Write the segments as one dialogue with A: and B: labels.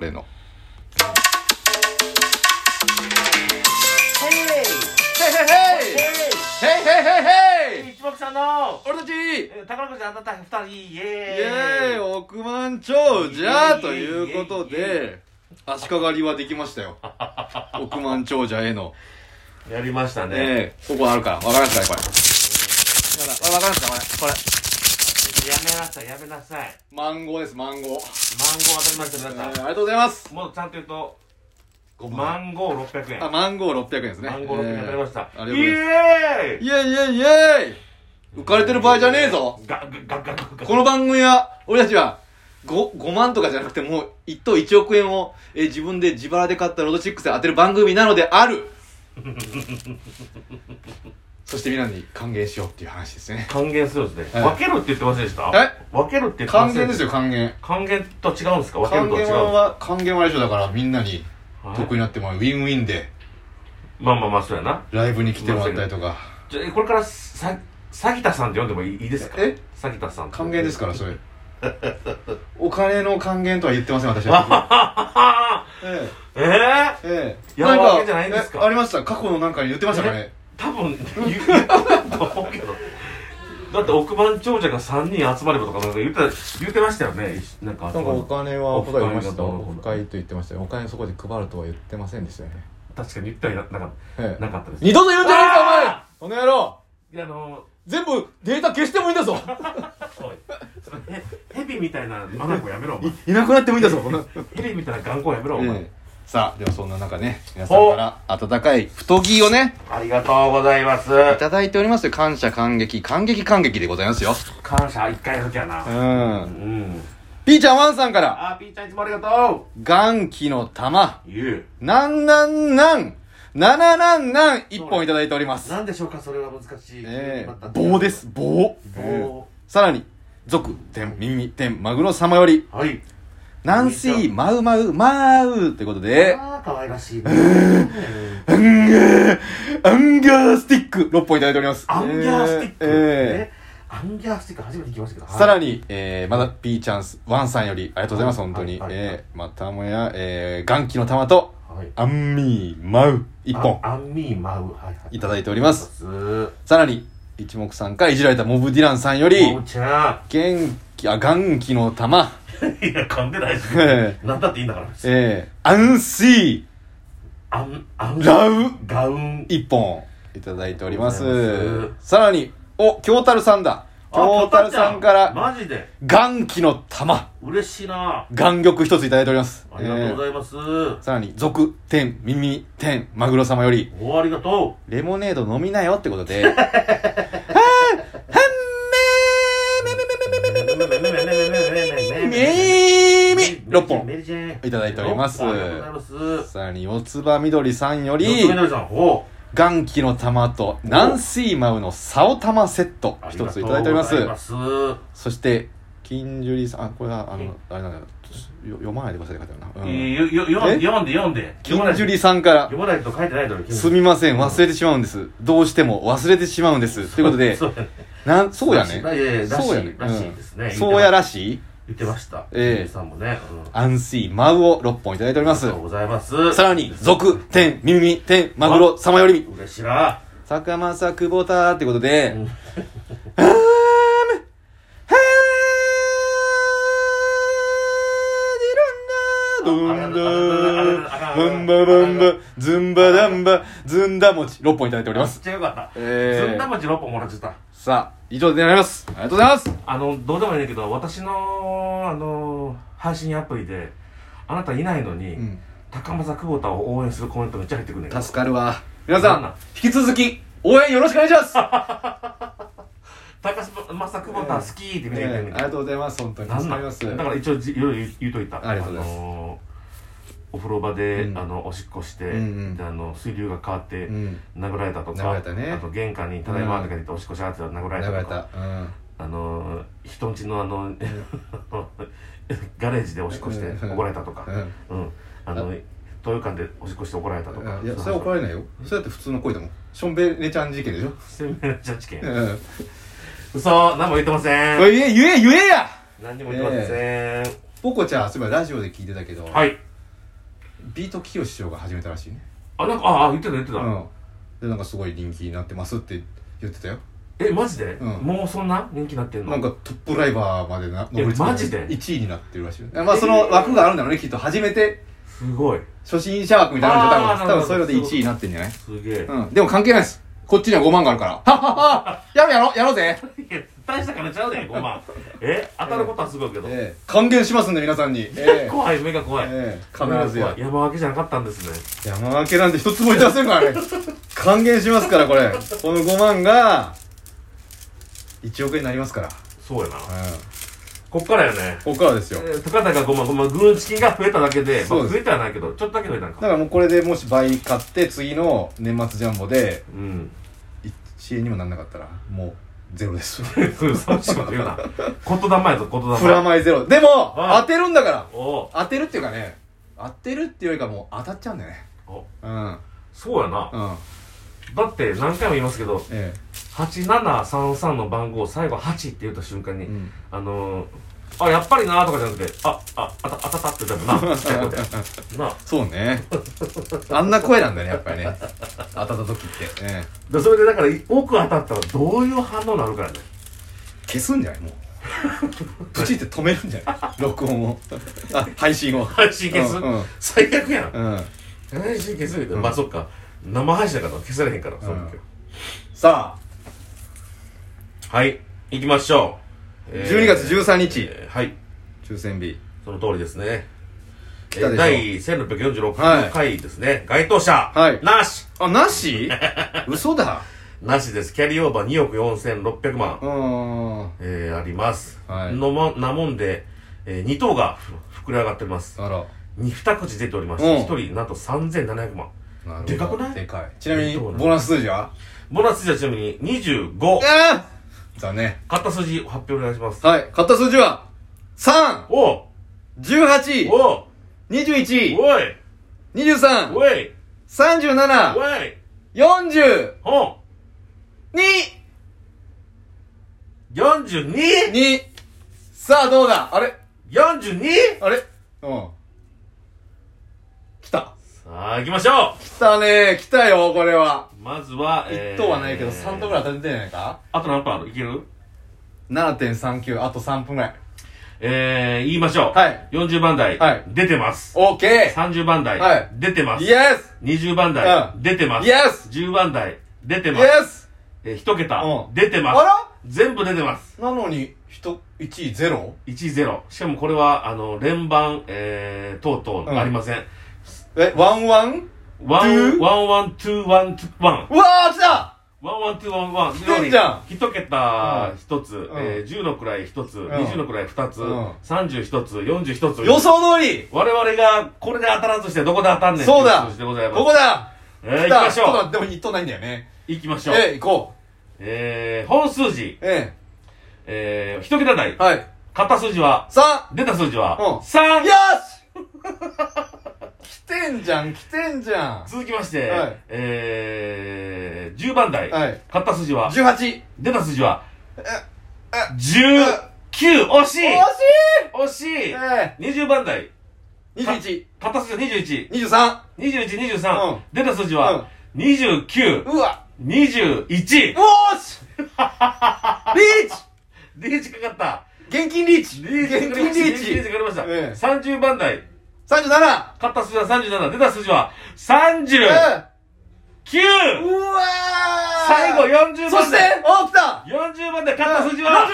A: せーのヘイヘイヘイヘイ
B: 一目散の
A: 俺たちイ
B: え宝くじ当たった二人イエ
A: エー
B: ーイ
A: イ億万長者ということで足利りはできましたよ億万長者への
B: やりましたね、
A: ええここあるからわからんすかねこれわからんすかこれこれ
B: やめなさいやめなさい
A: マンゴーですマンゴー、
B: マンゴー当たりました
A: え
B: 皆
A: ーあ
B: さん、
A: りがとうございます
B: もうちゃんと言うと
A: ご
B: マンゴー600円
A: あマンゴー600円ですね
B: マンゴー600円当たりました、
A: えーありがとうございます
B: イエーイ
A: イエイイエイイエイ浮かれてる場合じゃねえぞ
B: ガッガッガッガッガッ
A: この番組は、俺たちは5、5万とかじゃなくてもう1等1億円を、えー自分で自腹で買ったロード6で当てる番組なのであ るそして皆に還元しようっていう話ですね。
B: 還元するんですね、
A: はい
B: 分けるって言ってませんでした
A: え
B: 分けるって言ってま
A: 還
B: せ
A: 元
B: ん
A: ですよ、還元。
B: 還元と違うんですか分け
A: 還
B: る
A: 元
B: と違うんですか
A: は、還元はあれでしょ、だからみんなに
B: はい
A: 得になってもらう。ウィンウィンで、
B: まあまあまあそうやな
A: ライブに来てもらったりとか。
B: じゃあこれからさ詐欺田さんって呼んでもいいいいですか
A: え
B: 詐欺田さんって
A: 還元ですから、それ。 お金の還元とは言ってません、私
B: あは
A: は。
B: はは
A: ええ
B: ええ
A: ええ。
B: やばいわ
A: な
B: け
A: ん
B: じゃないんですか
A: えありました。過去のなんかに言ってましたかね。
B: 多分言うと思うけどだって億万長者が3人集まればとかなんか言ってた言ってましたよねいなんか集
A: なんか
B: ま
A: お
B: る
A: 金はほら言いました。
B: お
A: オ
B: 布
A: フ
B: 会
A: 会と言ってましたよ。お金そこで配るとは言ってませんでしたよね。
B: 確かに言ったりななんか
A: え
B: なかったです
A: 二度と言うんじゃないか
B: あ
A: お前この野郎
B: いやあの
A: 全部データ消してもいいんだぞ
B: おいそのへヘビみたいなマナコやめろお前
A: いなくなってもいいんだぞこの、
B: ヘビみたいな頑固やめろお前、
A: ええさあ、ではそんな中ね、皆さんから温かい太着をね、
B: ありがとうございます
A: いただいておりますよ。感謝感激、感激感激でございますよ。
B: 感謝一回だけやな
A: う。
B: うんん
A: ピーちゃんワンさんから、
B: あーピーちゃんいつもありがと
A: 元気の玉、
B: う言う
A: なんなんなん、なななんなん、一本いただいております。
B: なんでしょうかそれは難しい、
A: ええ
B: また
A: 棒です、棒。
B: 棒
A: さらに、俗、天、耳、天、マグロ様より、
B: はい
A: ナンシー、マウマウ、マウってことで、
B: ああ可愛らしいね
A: アンガー、アンガースティック、6本いただいております。
B: アンギャースティック、
A: えーえ
B: ねアンギャースティック初めて聞きましたけど
A: ーさら
B: に
A: に、えー、まだ P チャンス、ワンさんより、ありがとうございます、
B: はい
A: 本当に。
B: はいはい
A: えー、またもや、えー、元気の玉と、
B: はい
A: アンミー、マウ、1本、
B: あアンミーマウはいはい
A: いただいております。
B: すー
A: さらに、一目さんからいじられたモブディランさんより
B: も、ちゃ
A: 元気、あ、元気の玉、
B: んいや噛んでないし
A: え
B: なんだっていいんだから
A: えー、アンシー、
B: アンアン
A: ラウ
B: ガウン
A: 一本いただいております
B: ありがとうございま
A: さらにお京樽さんだ京樽さんか
B: あ
A: ら
B: マジで
A: 元気の玉
B: 嬉しいな
A: 眼玉一ついただいております
B: ありがとうご
A: え
B: ざいます、
A: ーさらに俗天耳天マグロ様より
B: おありがと
A: レモネード飲みなよってことではぁはぁめめめめめめめめめめめめめめ
B: う
A: 6本
B: メリジェン
A: いただいております
B: ありがとうございます
A: さらに四つ葉みどりさんよ
B: 四つ
A: り
B: 目のりさんほう
A: 元気の玉とナンシーマウの竿玉セット一ついただいております
B: あがとうございます
A: そして、金樹里さん、あ、これは、あの、あれなんだよ、よ読まないでくださいって書いてあるな。うん、
B: よよよ
A: え
B: 読んで読んで読まな
A: 金
B: い
A: 樹里さんから、
B: 読まないと書いてないだろ
A: すみません、忘れてしまうんです。どうしても忘れてしまうんです。ということで、
B: そうやね
A: なん、そうやね
B: らしいいやいや。らしい
A: そうやね。
B: らしいですね
A: うんそうやらしい
B: 言ってました
A: ええ
B: さんもねうんあ
A: アンシー、マウを6本いただいておりま
B: り
A: す
B: がと。うございます
A: さらに、俗、天、ミミミ、天、マグロ、様より、
B: 嬉しいな
A: 坂正久保田ってことで、
B: うん
A: あーめ、はーディロンダードゥンダー、バンババンバ、ズンバダンバ、ズンダ餅、6本いただいておりま
B: めっ
A: す。
B: ちゃよかった
A: えー
B: ずんだ餅6本もらっちゃった
A: さあ、以上でなります。ありがとうございます。
B: あのどうでもいいんだけど私のあの配信アプリであなたいないのに
A: ん
B: 高政久保田を応援するコメントめっちゃ入ってくるねんけど
A: 助かるわ。皆さん、引き続き、応援よろしくお願いします。
B: 高政久保田好きって見てくれる
A: え
B: ねん
A: ー
B: け
A: ありが
B: ど
A: とうございます。本当に
B: な
A: 助
B: ん
A: か
B: な
A: りま
B: ん
A: す。
B: だから一応じいろいろ言うといた
A: ありがとうございます
B: のーお風呂場で、
A: うん
B: あのおしっこして、
A: うんうん
B: であの水流が変わって、
A: うん。
B: 殴られたとか
A: 殴られたね
B: あと玄関に「ただいま」とか言っておしっこしゃーって殴られた
A: 流れ
B: とか
A: た。うん。
B: あのー人んちのあの、 ガレージでおしっこして
A: うん
B: 怒られたとか、
A: うん
B: うんあの東洋館でおしっこして怒られたとか
A: いや、それは怒られないよ。それだって普通の声だもん。しょんべねちゃん事件でしょ。
B: せめられちゃう事件
A: うん。
B: 嘘何も言ってません、
A: 言え、言え、言えや
B: 何にも言ってません、
A: ポコちゃん、そういえばラジオで聞いてたけど、
B: はい
A: ビートきよし師匠が始めたらしいね
B: あなんかああ言ってた言ってた、
A: うんでなんかすごい人気になってますって言ってたよ
B: えマジで、
A: うん
B: もうそんな人気になってんの
A: なんかトップライバーまでな
B: えマジで
A: 1位になってるらしいよまあその枠があるんだろうねきっと初めて
B: すごい
A: 初心者枠みたいなので
B: あー
A: 多分多分そういうので
B: なるほど
A: 1位になってんじゃない
B: すげえ、
A: うんでも関係ないですこっちには5万があるから はっはっはやろうやろうやろう ぜ
B: いや大した金ちゃうねん5万え当たることはすごいけど、
A: ええ還元しますんで皆さんに ええ
B: 怖い目が怖い、
A: ええ必ずや
B: 怖い山分けじゃなかったんですね
A: 山分けなんて一つもいたせんからね還元しますからこれこの5万が1億円になりますから、
B: そうやな
A: うん、
B: こっからやね
A: ここからですよ
B: えー高々5万5万軍資金が増えただけで
A: そう
B: ま
A: で
B: あ、
A: す
B: 増えてはないけどちょっとだけ増えたん
A: だ
B: か
A: からもうこれでもし倍買って次の年末ジャンボで
B: うん
A: 1円にもなんなかったらもうゼロです
B: そういう寂しいこと言うな言霊やぞ言霊
A: プラマイゼロでも
B: ああ
A: 当てるんだから
B: おお
A: 当てるっていうかね当てるっていうよりかもう当たっちゃうんだよね
B: お
A: うんうん
B: そうやなだって何回も言いますけど
A: え
B: 8733の番号最後8って言った瞬間
A: え
B: に、
A: うん
B: あのー、あやっぱりなーとかじゃなくてあああたあたたって言っ たもんなちっちゃい声でなあ
A: そうねあんな声なんだねやっぱりね当たった時って、ええ
B: でそれでだから奥当たったらどういう反応になるからね
A: 消すんじゃない もうプチって止めるんじゃない録音をあ配信を
B: 配信消す、
A: うんうん
B: 最悪やん
A: うん
B: 配信消せるけど、まあそっか生配信だから消されへんから、そういう時は
A: さあ
B: はい行きましょう、えー
A: 12月13日
B: えーはい
A: 抽選日
B: その通りですね
A: 来たでしょ
B: えー第1646回ですね、該当者、
A: はい
B: なし
A: あな し嘘だ
B: なしですキャリーオーバー2億4600万、
A: うーんあ
B: えーあります、
A: はい
B: のもなもんで、え2等が膨れ上がってます
A: ら
B: に 2, 口出ておりまし
A: うん
B: て1人なんと3700万
A: なるほど
B: でかくない
A: でかいちなみに
B: どうなの
A: ボーナス数字は
B: ボーナス数字はちなみに25
A: ああだね
B: 買った数字発表お願いします
A: はい買った数字は3
B: おう
A: 18
B: おう
A: 21
B: おい
A: 23
B: おい
A: 37
B: おい
A: 42
B: おう42!42!
A: にさあどうだあれあれうん。来た。
B: さあ行きましょ
A: 来たね来たよ、これは。
B: うまずは、え
A: 1等はないけど、3等ぐらい
B: い
A: 当たってんじゃないか
B: あと何分あるいける
A: ?7.39、あと3分ぐらい。
B: えー、言いましょう
A: はい
B: 40番台、
A: はい
B: 出てます
A: オッケ
B: 30番台、
A: はい
B: 出てま
A: ー
B: す
A: イエス
B: 20番台、
A: うん
B: 出てます。
A: イエス
B: 10番台、出て
A: イ
B: ます。
A: エス
B: えー、1桁、
A: うん
B: 出て
A: あ
B: ます。
A: ら
B: 全部出てます。
A: なのに、人、1位ゼロ
B: 10。しかもこれは、あの、連番、えー、等々
A: うん
B: ありません。
A: え、ワンワン
B: ワン、
A: Do？
B: ワンワン、ツー、ワン、ツー、ワン。
A: うわー来た
B: ワンワン、ツー、ワン、ワン。
A: 来てんじゃん
B: 1桁1つ、
A: ん
B: えー、10の位1つ、
A: ん
B: 20の位2つ、
A: うん
B: 31つ、41つ。
A: 予想通り
B: 我々がこれで当たらんとしてどこで当たんねん
A: そうだ
B: ってい数字でございます。
A: ここだ
B: えー、行きまし
A: ちょっと
B: ょ
A: 待ってでも1等ないんだよね。
B: う。行きましょう。
A: ええ、行こう。
B: えー、本数字、
A: え
B: えー、1桁台
A: え、。はい。
B: 買った数字は、
A: 3!
B: 出た数字は、
A: うん
B: 3!
A: よし 来てんじゃん、来てんじゃん。
B: 続きまして、
A: はい
B: えー、10番台、
A: はい
B: 買った数字は、
A: 18!
B: 出た数字は、19! 惜しい
A: 惜しい
B: 惜しい、
A: え
B: !20 番台、
A: え21、
B: 買った数字は21、
A: 23!
B: 21、23、
A: うん
B: 出た数字は、29、
A: うわ
B: 21!
A: よーし リーチ
B: リーチかかった
A: 現金リーチ
B: リーチ
A: 現
B: か
A: 金
B: かりまし
A: リ
B: たリ
A: ー
B: ーチ
A: チ
B: かかりました、
A: ええ
B: 30番台、
A: 37!
B: 買った数字は37、出た数字は、
A: うんう
B: 39!
A: わー
B: 最後40番台
A: そ してお来た
B: 40番で勝った数字は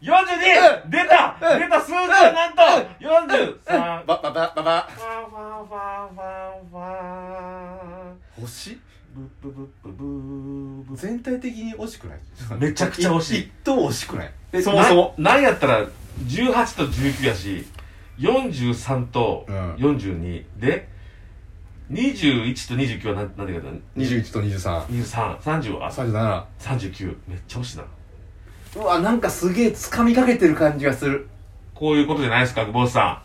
B: 42!
A: うん
B: 出た
A: うん
B: 出た数字はなんと
A: うん
B: 43!
A: ばばばばば
B: ファンファンファンファンファン
A: 星
B: ブッブブッブブー
A: 全体的に惜しくない
B: めちゃくちゃ惜しい
A: 一等惜しくない
B: ブ
A: そもそも
B: ななんやったら18と19やし43と
A: うん
B: 42で21と29はなんなんて言うかな
A: 21と23
B: 2330は
A: 37
B: 39めっちゃ惜しいな
A: うわなんかすげえ掴みかけてる感じがする
B: こういうことじゃないですか久保田さ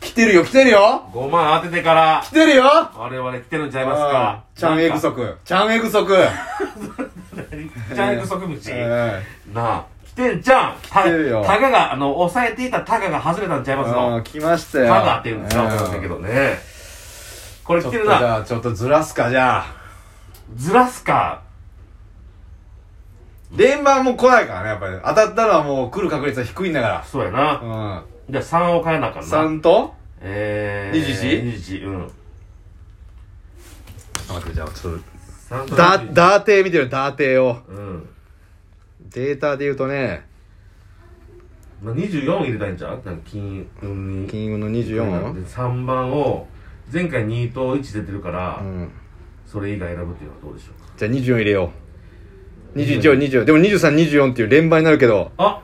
A: 来てるよ来てるよ
B: ん5万当ててから
A: 来てるよ
B: 我々来てるんちゃいますか
A: チャンエグ足チャンエグ足
B: チャイル植物、
A: ええ
B: なあ来てんじゃんた
A: 来てるよ
B: タガがあの押さえていたタガが外れたんちゃいます
A: あ
B: の
A: ー来ましたよ
B: タガっていうんですか
A: ええ
B: わかりませんけどねこれ
A: ちょ
B: 来
A: ってと
B: る
A: じ
B: な
A: ゃあちょっとずらすかじゃあ
B: ずらすか
A: 連番も来ないからねやっぱり当たったのはもう来る確率は低いんだか
B: そうやな
A: ら
B: じゃあ3を変えなあか
A: うん
B: んな
A: 3と
B: えー 21? うん
A: ちょっと待ってじゃあちょっ
B: 3
A: と
B: と
A: ダ
B: 21
A: ダーテー見てるダーテーを
B: うん
A: データで言うとね
B: まあ24入れたいんちゃうなんか金運に
A: 金運の24
B: 3番を前回2と1出てるから、
A: うん
B: それ以外選ぶっていうのはどうでしょうか
A: じゃあ24入れよう21を20でも2324っていう連番になるけど
B: あ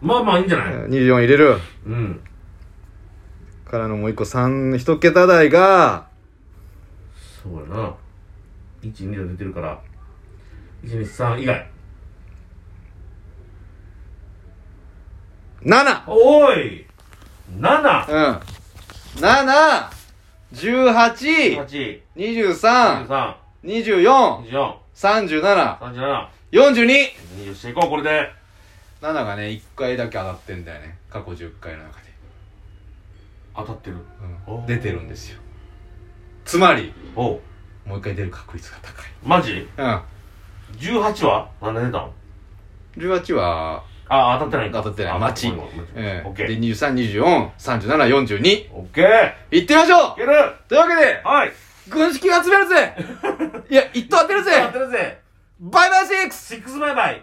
B: まあまあいいんじゃない、
A: 24入れる
B: うん
A: からのもう一個3一桁台が
B: そうやな12が出てるから123以外
A: 7
B: おい 7!
A: うん7 18
B: 8
A: 23
B: 3
A: 24
B: 24
A: 37
B: 37
A: 42
B: 20していこうこれで
A: 7がね1回だけ当たってんだよね過去10回の中で、
B: 当たってる
A: う
B: お
A: ん、出てるんですよつまり
B: おう
A: もう一回出る確率が高
B: マジ
A: い
B: ?18 は何で出たの
A: うん18は
B: あ当たってないか
A: 当たってない
B: あ
A: 待ち
B: ごめんごめんごめん
A: ええ
B: オッケ
A: で
B: ー
A: 23243742
B: オッケー
A: いってみましょ
B: いうけるは
A: というわけで
B: い
A: 軍 資金集めるぜいや一等当てるぜ
B: 当たってるぜ
A: バイバイシックス
B: 6バイバイ